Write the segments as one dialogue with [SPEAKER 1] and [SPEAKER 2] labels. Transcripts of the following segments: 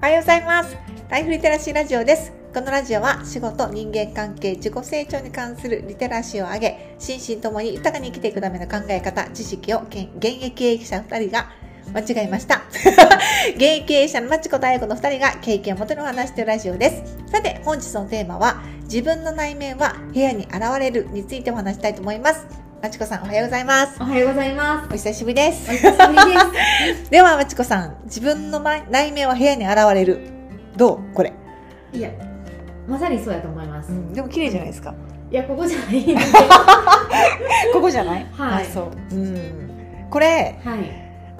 [SPEAKER 1] はようございます。ライフリテラシーラジオです。このラジオは仕事、人間関係、自己成長に関するリテラシーを上げ、心身ともに豊かに生きていくための考え方、知識を現現役営業者2人が間違えました。 現役営業者のマチコ大子の2人が経験をもとにお話しているラジオです。さて、本日のテーマは、自分の内面は部屋に現れるについてお話したいと思います。マチコさんおはようございます。
[SPEAKER 2] おはようございます。
[SPEAKER 1] お久しぶりです
[SPEAKER 2] お。久しぶりです。
[SPEAKER 1] では、まちこさん、自分の前内面は部屋に現れる。どうこれ、
[SPEAKER 2] いや、まさにそうやと思います。い
[SPEAKER 1] でも綺麗じゃないですか。
[SPEAKER 2] や、ここじゃないんで。
[SPEAKER 1] ここじゃない
[SPEAKER 2] はい
[SPEAKER 1] あそう。うん。これ、
[SPEAKER 2] はい。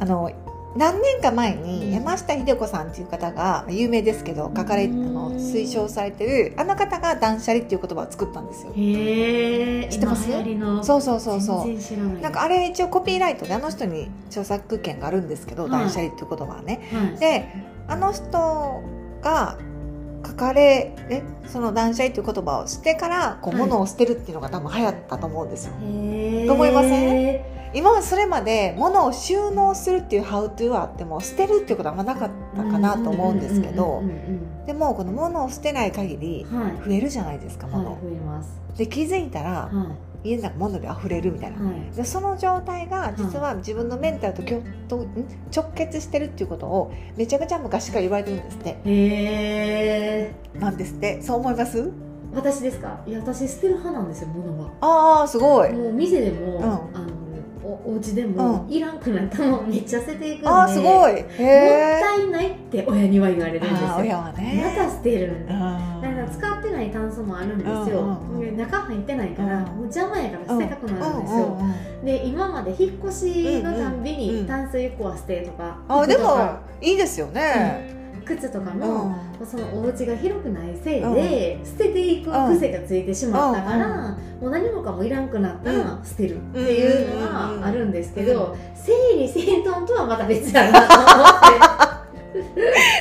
[SPEAKER 1] あの、何年か前
[SPEAKER 2] うん
[SPEAKER 1] に山下秀子さんっていう方が有名ですけど書かれあ
[SPEAKER 2] うん
[SPEAKER 1] の推奨されてるあの方が断捨離っていう言葉を作ったんですよ
[SPEAKER 2] へえ。
[SPEAKER 1] 知ってます
[SPEAKER 2] 今流行りの。
[SPEAKER 1] そうそうそうそ
[SPEAKER 2] 全然知らな
[SPEAKER 1] う
[SPEAKER 2] い。
[SPEAKER 1] なんかあれ一応コピーライトであの人に著作権があるんですけど
[SPEAKER 2] はい
[SPEAKER 1] 断捨離っていう言葉はね
[SPEAKER 2] はい。
[SPEAKER 1] であの人が書かれえその断捨離という言葉をしてからこう
[SPEAKER 2] はい
[SPEAKER 1] 物を捨てるっていうのが多分流行ったと思うんですよ、
[SPEAKER 2] へえ。
[SPEAKER 1] と思いませ
[SPEAKER 2] ん。
[SPEAKER 1] 今はそれまで物を収納するっていうハウトゥーはあっても捨てるっていうことはあんまなかったかなと思うんですけど
[SPEAKER 2] うんうんうん
[SPEAKER 1] でもこの物を捨てない限り
[SPEAKER 2] うんうん。はい。
[SPEAKER 1] 増えるじゃないですか物、
[SPEAKER 2] はい、増えます。
[SPEAKER 1] で気づいたら
[SPEAKER 2] は
[SPEAKER 1] 家の中物で溢れるみたい
[SPEAKER 2] い。
[SPEAKER 1] な、
[SPEAKER 2] はい。
[SPEAKER 1] でその状態が実は自分のメンタルときょとん直結してるっていうことをめちゃめちゃ昔から言われてるんですって
[SPEAKER 2] へえ。
[SPEAKER 1] なんですってそう思います
[SPEAKER 2] 私ですか。いや、私捨てる派なんですよ、物は。
[SPEAKER 1] ああすごい。
[SPEAKER 2] もう店でも、
[SPEAKER 1] ん
[SPEAKER 2] あの、お、お家でも、
[SPEAKER 1] う
[SPEAKER 2] いらんくなったもん、めっちゃ捨てていくんで。
[SPEAKER 1] ああすごい。
[SPEAKER 2] もっ
[SPEAKER 1] へえ。
[SPEAKER 2] たいないって親には言われるんですよ
[SPEAKER 1] ああ親は
[SPEAKER 2] ま
[SPEAKER 1] ね。
[SPEAKER 2] た捨てるん
[SPEAKER 1] う
[SPEAKER 2] だだから
[SPEAKER 1] ん
[SPEAKER 2] 使ってない炭素もあるんですよ、
[SPEAKER 1] うんうんうん
[SPEAKER 2] で中入ってないから、
[SPEAKER 1] うん
[SPEAKER 2] もう邪魔やから捨てたくなるんです
[SPEAKER 1] う
[SPEAKER 2] よ、
[SPEAKER 1] んうんうん
[SPEAKER 2] で今まで引っ越しのたんび
[SPEAKER 1] うんうんう
[SPEAKER 2] に
[SPEAKER 1] ん
[SPEAKER 2] 炭素1個は捨てとか、
[SPEAKER 1] あ
[SPEAKER 2] 服
[SPEAKER 1] で
[SPEAKER 2] とか
[SPEAKER 1] もいいですよね。
[SPEAKER 2] 靴とか
[SPEAKER 1] う
[SPEAKER 2] も、
[SPEAKER 1] ん
[SPEAKER 2] そのお家が広くないせいで、捨てていく癖がついてしまったから、もう何もかもいらんくなったら捨てるっていうのはあるんですけ
[SPEAKER 1] う
[SPEAKER 2] ど、整理整頓とはまた別だなと思 っ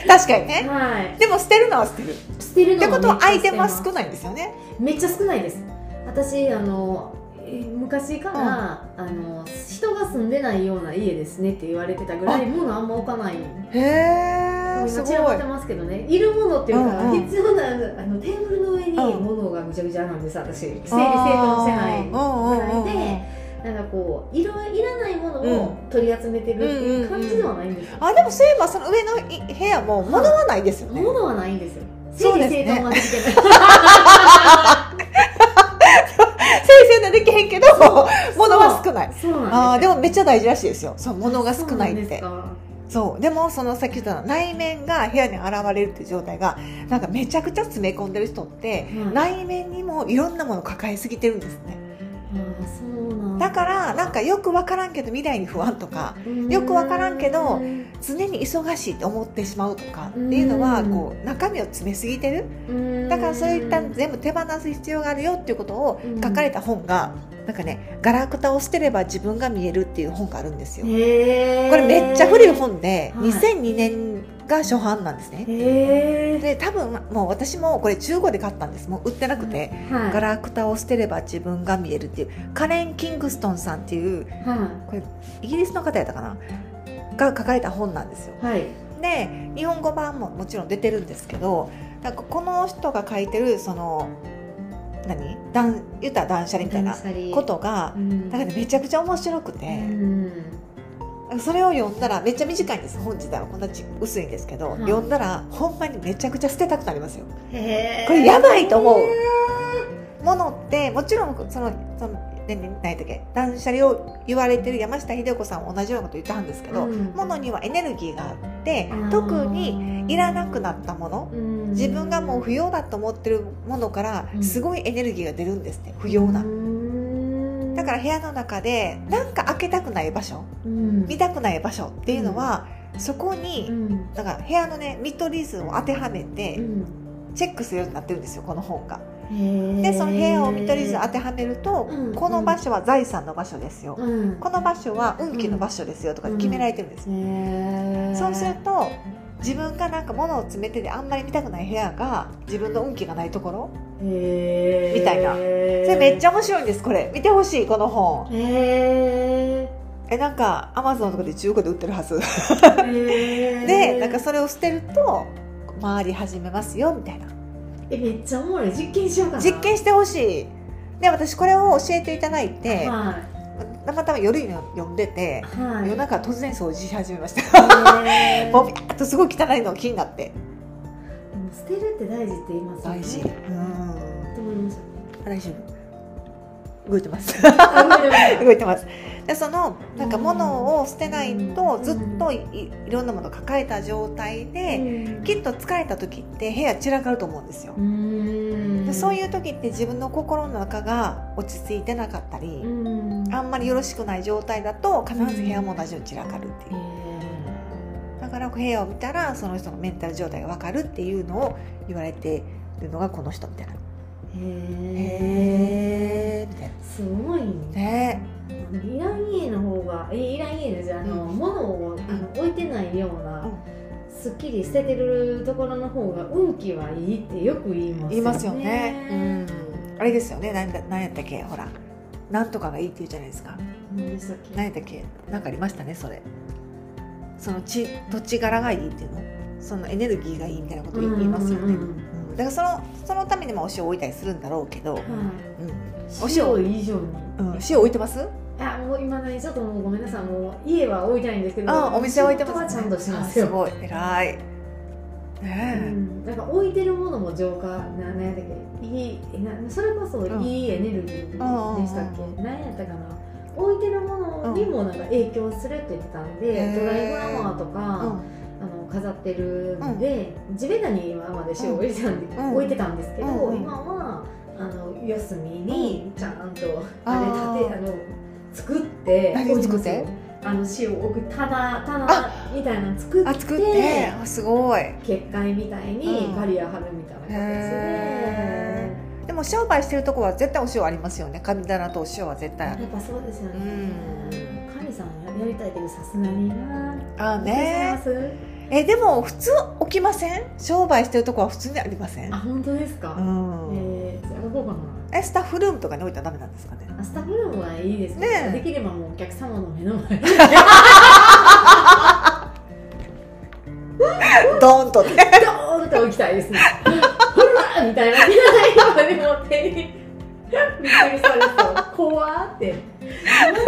[SPEAKER 1] 確かに
[SPEAKER 2] て
[SPEAKER 1] ね。
[SPEAKER 2] はい
[SPEAKER 1] でも捨てるのは捨てる。っ
[SPEAKER 2] 捨てるの
[SPEAKER 1] てことは
[SPEAKER 2] めっち
[SPEAKER 1] 相
[SPEAKER 2] ゃ捨て
[SPEAKER 1] 手
[SPEAKER 2] ま
[SPEAKER 1] は
[SPEAKER 2] す
[SPEAKER 1] 少ないんですよね。
[SPEAKER 2] めっちゃ少ないです私あのえー昔から、あの人が住んでないような家ですねって言われてたぐらい物あんま置かない
[SPEAKER 1] へえ
[SPEAKER 2] 今
[SPEAKER 1] す
[SPEAKER 2] 散ら
[SPEAKER 1] ご
[SPEAKER 2] ば
[SPEAKER 1] い
[SPEAKER 2] って。ますけどねいるものっていうか、
[SPEAKER 1] うんうん
[SPEAKER 2] 必要なあのテーブルの上に
[SPEAKER 1] うん
[SPEAKER 2] 物がぐちゃぐちゃなんです私整理整頓してな
[SPEAKER 1] あ
[SPEAKER 2] い
[SPEAKER 1] ーうんうんうんうん
[SPEAKER 2] なんかこういろいらないものを取り集めてるっていう感じではないんですよ、
[SPEAKER 1] あでもそういえばその上のい部屋も物はないですよね。
[SPEAKER 2] 物はないんですよ
[SPEAKER 1] そ
[SPEAKER 2] 整
[SPEAKER 1] うで
[SPEAKER 2] 理
[SPEAKER 1] すね
[SPEAKER 2] 整頓はでき てない
[SPEAKER 1] 生成できへんけど物は少ない。
[SPEAKER 2] そう
[SPEAKER 1] あ
[SPEAKER 2] なん
[SPEAKER 1] ー
[SPEAKER 2] です
[SPEAKER 1] で
[SPEAKER 2] よ
[SPEAKER 1] もめっちゃ大事らしいですよ。そう物が少ないっ
[SPEAKER 2] そうなんです
[SPEAKER 1] て。
[SPEAKER 2] か
[SPEAKER 1] そうでもそのさっき言った内面が部屋に現れるっていう状態がなんかめちゃくちゃ詰め込んでる人って、
[SPEAKER 2] うん
[SPEAKER 1] 内面にもいろんなものを抱えすぎてるんですね
[SPEAKER 2] あーそうなん
[SPEAKER 1] だからなんかよく分からんけど未来に不安とかよくわからんけど
[SPEAKER 2] うん
[SPEAKER 1] 常に忙しいと思ってしまうとかっていうのは
[SPEAKER 2] うん
[SPEAKER 1] こう中身を詰めすぎてるだからそういった全部手放す必要があるよっていうことを書かれた本がなんかね「ガラクタを捨てれば自分が見える」っていう本があるんですよ。
[SPEAKER 2] へー
[SPEAKER 1] これめっちゃ古い本で
[SPEAKER 2] はい
[SPEAKER 1] 2002年が初版なんですね。
[SPEAKER 2] へー
[SPEAKER 1] で多分もう私もこれ中古で買ったんですもう売ってなくて、
[SPEAKER 2] はい
[SPEAKER 1] ガラクタを捨てれば自分が見えるっていうカレン・キングストンさんっていう
[SPEAKER 2] は
[SPEAKER 1] イギリスの方やったかなが書かれた本なんですよ
[SPEAKER 2] いはい
[SPEAKER 1] で日本語版ももちろん出てるんですけどなんかこの人が書いてるその何断言ったら断捨離みたいなことが
[SPEAKER 2] うん
[SPEAKER 1] なんかねめちゃくちゃ面白くて
[SPEAKER 2] う、ん
[SPEAKER 1] それを読んだらめっちゃ短いんです本自体はこんなち薄いんですけど、
[SPEAKER 2] はい
[SPEAKER 1] 読んだらほんまにめちゃくちゃ捨てたくなりますよ
[SPEAKER 2] へー
[SPEAKER 1] これやばいと思うものってもちろんそのその何何だっけ断捨離を言われてる山下秀子さんも同じようなこと言ったんですけど、
[SPEAKER 2] うん
[SPEAKER 1] ものにはエネルギーがあって
[SPEAKER 2] あー
[SPEAKER 1] 特にいらなくなったもの
[SPEAKER 2] うん
[SPEAKER 1] 自分がもう不要だと思ってるものから
[SPEAKER 2] うん
[SPEAKER 1] すごいエネルギーが出るんですって不要な
[SPEAKER 2] うん
[SPEAKER 1] だから部屋の中でなんか開けたくない場所
[SPEAKER 2] うん
[SPEAKER 1] 見たくない場所っていうのは、そこに
[SPEAKER 2] うん
[SPEAKER 1] だから部屋のね見取り図を当てはめ
[SPEAKER 2] う
[SPEAKER 1] て
[SPEAKER 2] ん
[SPEAKER 1] チェックするようになってるんですよこの本が。
[SPEAKER 2] へー
[SPEAKER 1] でその部屋を見取り図当てはめると、
[SPEAKER 2] うん
[SPEAKER 1] この場所は財産の場所ですよ、
[SPEAKER 2] うん
[SPEAKER 1] この場所は運気の場所ですよとか決められてるんですね、
[SPEAKER 2] へー
[SPEAKER 1] そうすると自分がなんか物を詰めててあんまり見たくない部屋が自分の運気がないところ
[SPEAKER 2] へー
[SPEAKER 1] みたいなそそれめっちゃ面白いんですこれ見てほしいこの本
[SPEAKER 2] へ
[SPEAKER 1] えなんかアマゾンとかで中古で売ってるはず
[SPEAKER 2] ーへー
[SPEAKER 1] でなんかそれを捨てると回り始めますよみたいな
[SPEAKER 2] えめっちゃおもろい実験しようかな
[SPEAKER 1] 実験してほしいで私これを教えていただいて、
[SPEAKER 2] は
[SPEAKER 1] たまたま夜に読んでて、
[SPEAKER 2] いはい
[SPEAKER 1] 夜中突然掃除し始めました
[SPEAKER 2] えー
[SPEAKER 1] もうビャーっとすごい汚いのが気になって
[SPEAKER 2] でも捨てるって大事って言いますよね
[SPEAKER 1] 大事うん
[SPEAKER 2] と思い
[SPEAKER 1] 大
[SPEAKER 2] ましたね
[SPEAKER 1] 丈夫動いてます
[SPEAKER 2] あごめんなさい
[SPEAKER 1] 動いてますでそのなんか物を捨てないとずっといいいろんなものを抱えた状態できっと疲れた時って部屋散らかると思うんですよ
[SPEAKER 2] うん
[SPEAKER 1] でそう
[SPEAKER 2] う
[SPEAKER 1] いう時って自分の心の中が落ち着いてなかったり
[SPEAKER 2] ん
[SPEAKER 1] あんまりよろしくない状態だと必ず部屋も同じように散らかるって
[SPEAKER 2] え
[SPEAKER 1] いうだから部屋を見たらその人のメンタル状態が分かるっていうのを言われてるのがこの人みたいな
[SPEAKER 2] ーえ
[SPEAKER 1] へえみたい
[SPEAKER 2] ーすごいね
[SPEAKER 1] なね
[SPEAKER 2] イラン家の方がえイラン家でじゃああの、
[SPEAKER 1] う
[SPEAKER 2] 物をあの置いてないような、
[SPEAKER 1] うん
[SPEAKER 2] すっきり捨ててるところの方が運気はいいってよく言いますよね
[SPEAKER 1] 言いますよねうんあれですよねなんだなんやったっけほらなんとかがいいって言うじゃないですか
[SPEAKER 2] 何でしたっ
[SPEAKER 1] なんや
[SPEAKER 2] け
[SPEAKER 1] ったっけなんかありましたねそれその地土地柄がいいっていうのそのエネルギーがいいみたいなこと言いますよね、
[SPEAKER 2] うんうんうん
[SPEAKER 1] うんだからそのそのためにもお塩を置いたりするんだろうけど、
[SPEAKER 2] はい
[SPEAKER 1] うんお塩
[SPEAKER 2] 塩以上に、
[SPEAKER 1] うん、塩置いてます
[SPEAKER 2] あもう今ねちょっともうごめんなさいもう家は置いてないんですけど
[SPEAKER 1] あお店置いてます、
[SPEAKER 2] 仕事はちゃんとします
[SPEAKER 1] あ
[SPEAKER 2] よ
[SPEAKER 1] すごい偉い
[SPEAKER 2] う
[SPEAKER 1] ね
[SPEAKER 2] ん、なんか置いてるものも浄化ななんやったっけいいえなそれこそ
[SPEAKER 1] うん
[SPEAKER 2] いいエネルギーでしたっ
[SPEAKER 1] う
[SPEAKER 2] け、
[SPEAKER 1] んうん
[SPEAKER 2] 何やったかな置いてるものにもなんか影響するって言ってたんで、
[SPEAKER 1] うん
[SPEAKER 2] ドライフラワーと
[SPEAKER 1] えう
[SPEAKER 2] か、
[SPEAKER 1] ん
[SPEAKER 2] あの飾ってるんで、地べたに今まで塩を入れてたんで、
[SPEAKER 1] うん
[SPEAKER 2] 置いてたんですけど、
[SPEAKER 1] うんうん
[SPEAKER 2] 今はあの四隅にちゃんと
[SPEAKER 1] あ
[SPEAKER 2] あれ
[SPEAKER 1] ー
[SPEAKER 2] 立てあの作って
[SPEAKER 1] 何
[SPEAKER 2] 置いて
[SPEAKER 1] 作
[SPEAKER 2] ま
[SPEAKER 1] っ
[SPEAKER 2] す
[SPEAKER 1] て
[SPEAKER 2] よあの塩を置く棚棚みたいなの作って
[SPEAKER 1] あ作ってあすごい
[SPEAKER 2] 結界みたいにバリア張るみたいな形
[SPEAKER 1] へ
[SPEAKER 2] で、
[SPEAKER 1] でも商売してるとこは絶対お塩ありますよね神棚とお塩は絶対ある
[SPEAKER 2] やっぱそうですよね、
[SPEAKER 1] う
[SPEAKER 2] 神さんややりたいけどさすがにな
[SPEAKER 1] あー
[SPEAKER 2] わ
[SPEAKER 1] ね
[SPEAKER 2] かります
[SPEAKER 1] えでも普通起きません商売してるとこは普通にありません
[SPEAKER 2] あ本当ですか、
[SPEAKER 1] うん
[SPEAKER 2] えー、じゃあ動こうかな
[SPEAKER 1] えスタッフルームとかに置いたらダメなんですかね
[SPEAKER 2] あスタッフルームはいいですね
[SPEAKER 1] ねえ
[SPEAKER 2] できればもうお客様の目の前
[SPEAKER 1] ドーンと ね
[SPEAKER 2] ドーンと置きたいですね ほらみたいな見ないよでも手にびっくりされそう怖 ってなくなって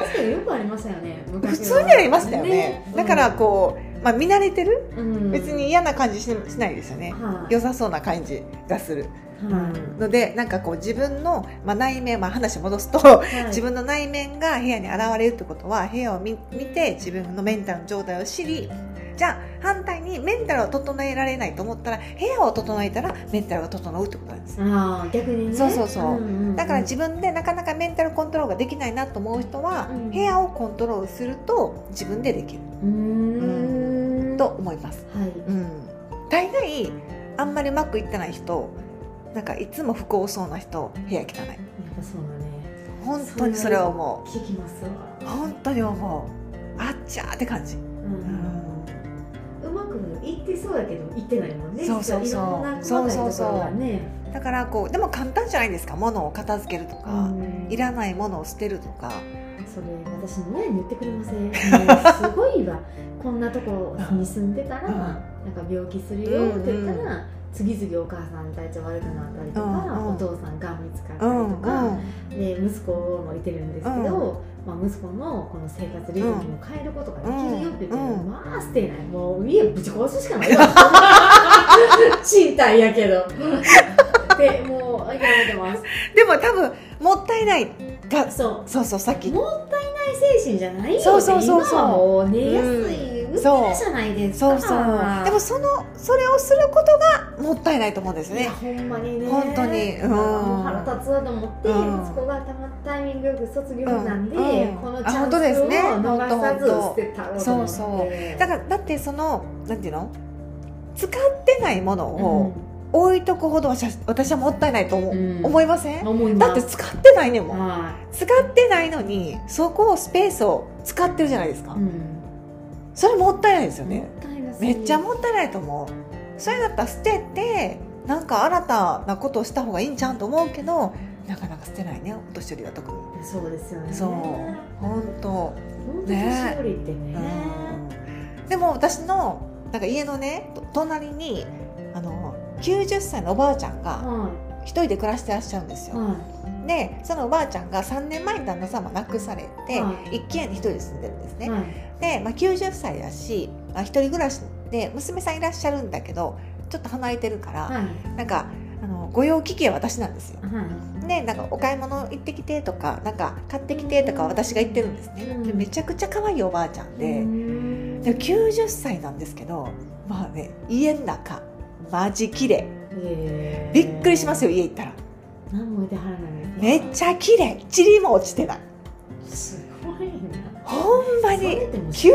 [SPEAKER 2] ますけどよくありましたよね
[SPEAKER 1] 普
[SPEAKER 2] 昔は
[SPEAKER 1] 通にありましたよねだか、ら
[SPEAKER 2] ね
[SPEAKER 1] こう、まあ、見慣れてる
[SPEAKER 2] うん
[SPEAKER 1] 別に嫌な感じししないですよね
[SPEAKER 2] はい
[SPEAKER 1] 良さそうな感じがする
[SPEAKER 2] はい
[SPEAKER 1] のでなんかこう自分の、まあ、内面、まあ、話戻すと、
[SPEAKER 2] はい
[SPEAKER 1] 自分の内面が部屋に現れるってことは部屋を見見て自分のメンタルの状態を知りじゃあ反対にメンタルを整えられないと思ったら部屋を整えたらメンタルが整うってことなんです
[SPEAKER 2] ああ逆にね
[SPEAKER 1] そうそうそうん
[SPEAKER 2] んん
[SPEAKER 1] だから自分でなかなかメンタルコントロールができないなと思う人は、
[SPEAKER 2] うん
[SPEAKER 1] 部屋をコントロールすると自分でできる
[SPEAKER 2] うーん
[SPEAKER 1] と思います、
[SPEAKER 2] はい
[SPEAKER 1] うん、大概あんまりうまくいってない人なんかいつも不幸そうな人部屋汚い
[SPEAKER 2] やっぱそうだね
[SPEAKER 1] 本当にそれは思う
[SPEAKER 2] 聞きますわ
[SPEAKER 1] 本当に思うあっちゃーって感じ、
[SPEAKER 2] うんうまくいってそうだけどいってないもんね
[SPEAKER 1] そうそうそう
[SPEAKER 2] 実はいろんな細かいところがね
[SPEAKER 1] だからこうでも簡単じゃないですか物を片付けるとか、
[SPEAKER 2] うん
[SPEAKER 1] いらないものを捨てるとか
[SPEAKER 2] それ私の親に言ってくれませ んもうすごいわこんなとこに住んでたら
[SPEAKER 1] うん
[SPEAKER 2] なんか病気するよって言ったら次々お母さん体調悪くなったりと
[SPEAKER 1] うん
[SPEAKER 2] か
[SPEAKER 1] うん
[SPEAKER 2] お父さんがん見つかった
[SPEAKER 1] う
[SPEAKER 2] り
[SPEAKER 1] ん
[SPEAKER 2] とかで息子もいてるんですけど、まあ、息子のこの生活リズムを変えることができるよって言っても、
[SPEAKER 1] うん
[SPEAKER 2] まあ捨てないもう家ぶち壊すしかな いわ賃貸やけどでもう諦めてます
[SPEAKER 1] でも多分もったいないが
[SPEAKER 2] そ
[SPEAKER 1] そうそうさっ
[SPEAKER 2] う
[SPEAKER 1] き
[SPEAKER 2] もったいない精神じゃないよ
[SPEAKER 1] そうそうそうそう
[SPEAKER 2] 今はもう寝やすい
[SPEAKER 1] うん
[SPEAKER 2] 売ってるじゃないです
[SPEAKER 1] そ
[SPEAKER 2] か、
[SPEAKER 1] うそうでもそのそれをすることがもったいないと思うんです
[SPEAKER 2] いや
[SPEAKER 1] ね
[SPEAKER 2] ほんまにね
[SPEAKER 1] 本当にうん
[SPEAKER 2] もう腹立つわと思って、
[SPEAKER 1] うん
[SPEAKER 2] 息子がたまタイミングよく卒業なんで、
[SPEAKER 1] うんうん
[SPEAKER 2] このチ
[SPEAKER 1] あ
[SPEAKER 2] ャ
[SPEAKER 1] 本
[SPEAKER 2] ン
[SPEAKER 1] 当で
[SPEAKER 2] ス
[SPEAKER 1] す
[SPEAKER 2] を
[SPEAKER 1] ね
[SPEAKER 2] 逃さず捨てたろうと思って
[SPEAKER 1] 本当本だ
[SPEAKER 2] だか
[SPEAKER 1] からだってそのなんていうの使ってないものを置いとくほど私は私はもったいないと思,、う
[SPEAKER 2] うん
[SPEAKER 1] 思いません
[SPEAKER 2] 思い
[SPEAKER 1] だ
[SPEAKER 2] ま
[SPEAKER 1] って
[SPEAKER 2] す
[SPEAKER 1] 使ってないねんもん
[SPEAKER 2] は
[SPEAKER 1] 使ってないのにそこをスペースを使ってるじゃないですか、
[SPEAKER 2] いうん
[SPEAKER 1] それもったいないですよね、
[SPEAKER 2] もったいなす
[SPEAKER 1] め
[SPEAKER 2] ぎ
[SPEAKER 1] っちゃもったいないと思うそれだったら捨ててなんか新たなことをした方がいいんちゃうんと思うけどなかなか捨てないねお年寄りは特に
[SPEAKER 2] そうですよね
[SPEAKER 1] そう
[SPEAKER 2] 本
[SPEAKER 1] 本当
[SPEAKER 2] 当年寄りってね
[SPEAKER 1] うんでも私のなんか家のねと隣にあの90歳のおばあちゃんが
[SPEAKER 2] は
[SPEAKER 1] 一人で暮らしてらっしゃるんです
[SPEAKER 2] い
[SPEAKER 1] よ、
[SPEAKER 2] は
[SPEAKER 1] でそのおばあちゃんが3年前に旦那様亡くされて、
[SPEAKER 2] は
[SPEAKER 1] 一軒家に一人で住んでるんです
[SPEAKER 2] い
[SPEAKER 1] ね、
[SPEAKER 2] はい
[SPEAKER 1] で、まあ、90歳だし、まあ、一人暮らしで娘さんいらっしゃるんだけどちょっと離れてるから、
[SPEAKER 2] はい
[SPEAKER 1] なんかあの御用聞きは私なんですよ
[SPEAKER 2] はい
[SPEAKER 1] ね、なんかお買い物行ってきてとかなんか買ってきてとか私が言ってるんですね、
[SPEAKER 2] うん
[SPEAKER 1] でめちゃくちゃ可愛いおばあちゃんで、
[SPEAKER 2] うーん
[SPEAKER 1] で90歳なんですけどまあね家の中マジ綺麗
[SPEAKER 2] えー
[SPEAKER 1] びっくりしますよ家行ったら
[SPEAKER 2] 何もいてはらないね
[SPEAKER 1] めっちゃ綺麗チリも落ちてない
[SPEAKER 2] すごいな
[SPEAKER 1] ほんま
[SPEAKER 2] そ
[SPEAKER 1] に
[SPEAKER 2] れでも
[SPEAKER 1] 90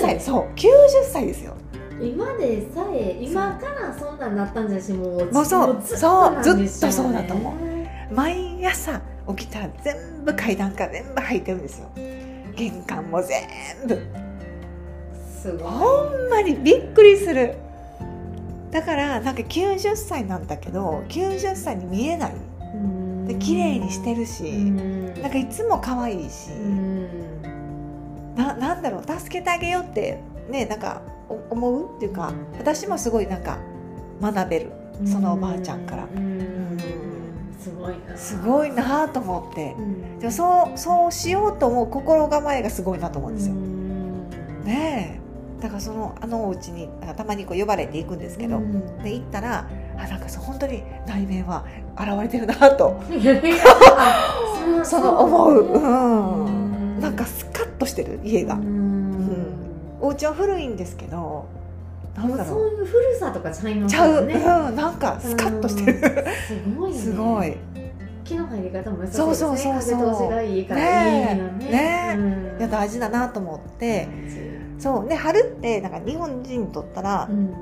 [SPEAKER 1] 歳そう90歳ですよ
[SPEAKER 2] 今でさえ今からそんなんなったんじゃしもう
[SPEAKER 1] もうそう
[SPEAKER 2] ずっと
[SPEAKER 1] そう
[SPEAKER 2] なん
[SPEAKER 1] ずっ
[SPEAKER 2] で
[SPEAKER 1] と
[SPEAKER 2] しょ
[SPEAKER 1] そうだと思
[SPEAKER 2] ね
[SPEAKER 1] 毎朝起きたら全部階段から全部履いてるんですよ玄関も全部
[SPEAKER 2] すごい
[SPEAKER 1] ほんまにびっくりするだからなんか90歳なんだけど90歳に見えないう
[SPEAKER 2] ーん
[SPEAKER 1] で綺麗にしてる
[SPEAKER 2] う
[SPEAKER 1] し、
[SPEAKER 2] ーん
[SPEAKER 1] なんかいつも可愛いし、
[SPEAKER 2] うーん
[SPEAKER 1] ななんだろう助けてあげようってねなんかお思うっていうか私もすごいなんか学べるそのおばあちゃんから
[SPEAKER 2] うーんすごいな
[SPEAKER 1] すごいなと思って
[SPEAKER 2] うん
[SPEAKER 1] でもそうそうしようと思う心構えがすごいなと思うんですよ
[SPEAKER 2] うー。ん
[SPEAKER 1] ねえだからそのあのお家になんかたまにこう呼ばれていくんですけど、
[SPEAKER 2] うん
[SPEAKER 1] で行ったらあなんかそう本当に内面は現れてるなと
[SPEAKER 2] いやいやあ
[SPEAKER 1] その思う、うん
[SPEAKER 2] う
[SPEAKER 1] なんかスカッとしてる家が、
[SPEAKER 2] うーん
[SPEAKER 1] お家は古いんですけどなんだ
[SPEAKER 2] そ
[SPEAKER 1] ろ
[SPEAKER 2] ういう古さとかちゃいま
[SPEAKER 1] う
[SPEAKER 2] す
[SPEAKER 1] ちゃ
[SPEAKER 2] よ
[SPEAKER 1] う、
[SPEAKER 2] ね
[SPEAKER 1] うん、なんかスカッとしてる、
[SPEAKER 2] すごいね
[SPEAKER 1] すごい
[SPEAKER 2] 木の入り方も良さそうです
[SPEAKER 1] そう
[SPEAKER 2] ね
[SPEAKER 1] そうそうそう
[SPEAKER 2] 風通しがいいからいいよね
[SPEAKER 1] ねえ
[SPEAKER 2] うん
[SPEAKER 1] いや大事だなと思ってそうね春ってなんか日本人にとったら、
[SPEAKER 2] うん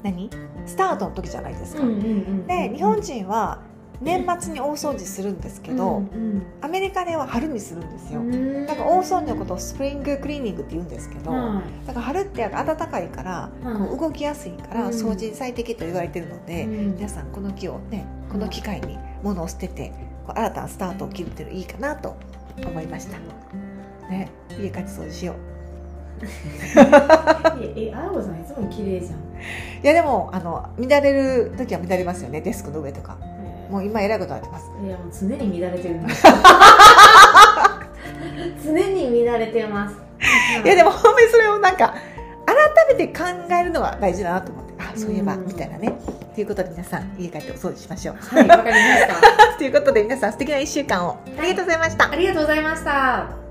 [SPEAKER 1] 何スタートの時じゃないですか、
[SPEAKER 2] うんうんうん
[SPEAKER 1] で日本人は年末に大掃除するんですけど、
[SPEAKER 2] うん
[SPEAKER 1] アメリカでは春にするんですよ、
[SPEAKER 2] うんうん
[SPEAKER 1] なんか大掃除のことをスプリングクリーニングって言うんですけど、
[SPEAKER 2] は
[SPEAKER 1] だから春って暖かいから
[SPEAKER 2] いはい
[SPEAKER 1] 動きやすいから
[SPEAKER 2] うん
[SPEAKER 1] 掃除に最適と言われてるので、
[SPEAKER 2] うん
[SPEAKER 1] 皆さんこの木をねこの機会に物を捨ててこう新たなスタートを切るっていうのいいかなと思いましたね家帰って掃除しよう
[SPEAKER 2] ええあやこさんいつも綺麗じゃん
[SPEAKER 1] いやでもあの乱れる時は乱れますよねデスクの上とかもう今えらいことになってます
[SPEAKER 2] いやもう常に乱れてる んです常に乱れてます
[SPEAKER 1] いやでもほんまにそれをなんか改めて考えるのは大事だなと思ってあそういえば
[SPEAKER 2] うん
[SPEAKER 1] みたいなねということで皆さん家帰ってお掃除しましょう
[SPEAKER 2] はいわかりました
[SPEAKER 1] ということで皆さん素敵な1週間をありがとうございました
[SPEAKER 2] ありがとうございました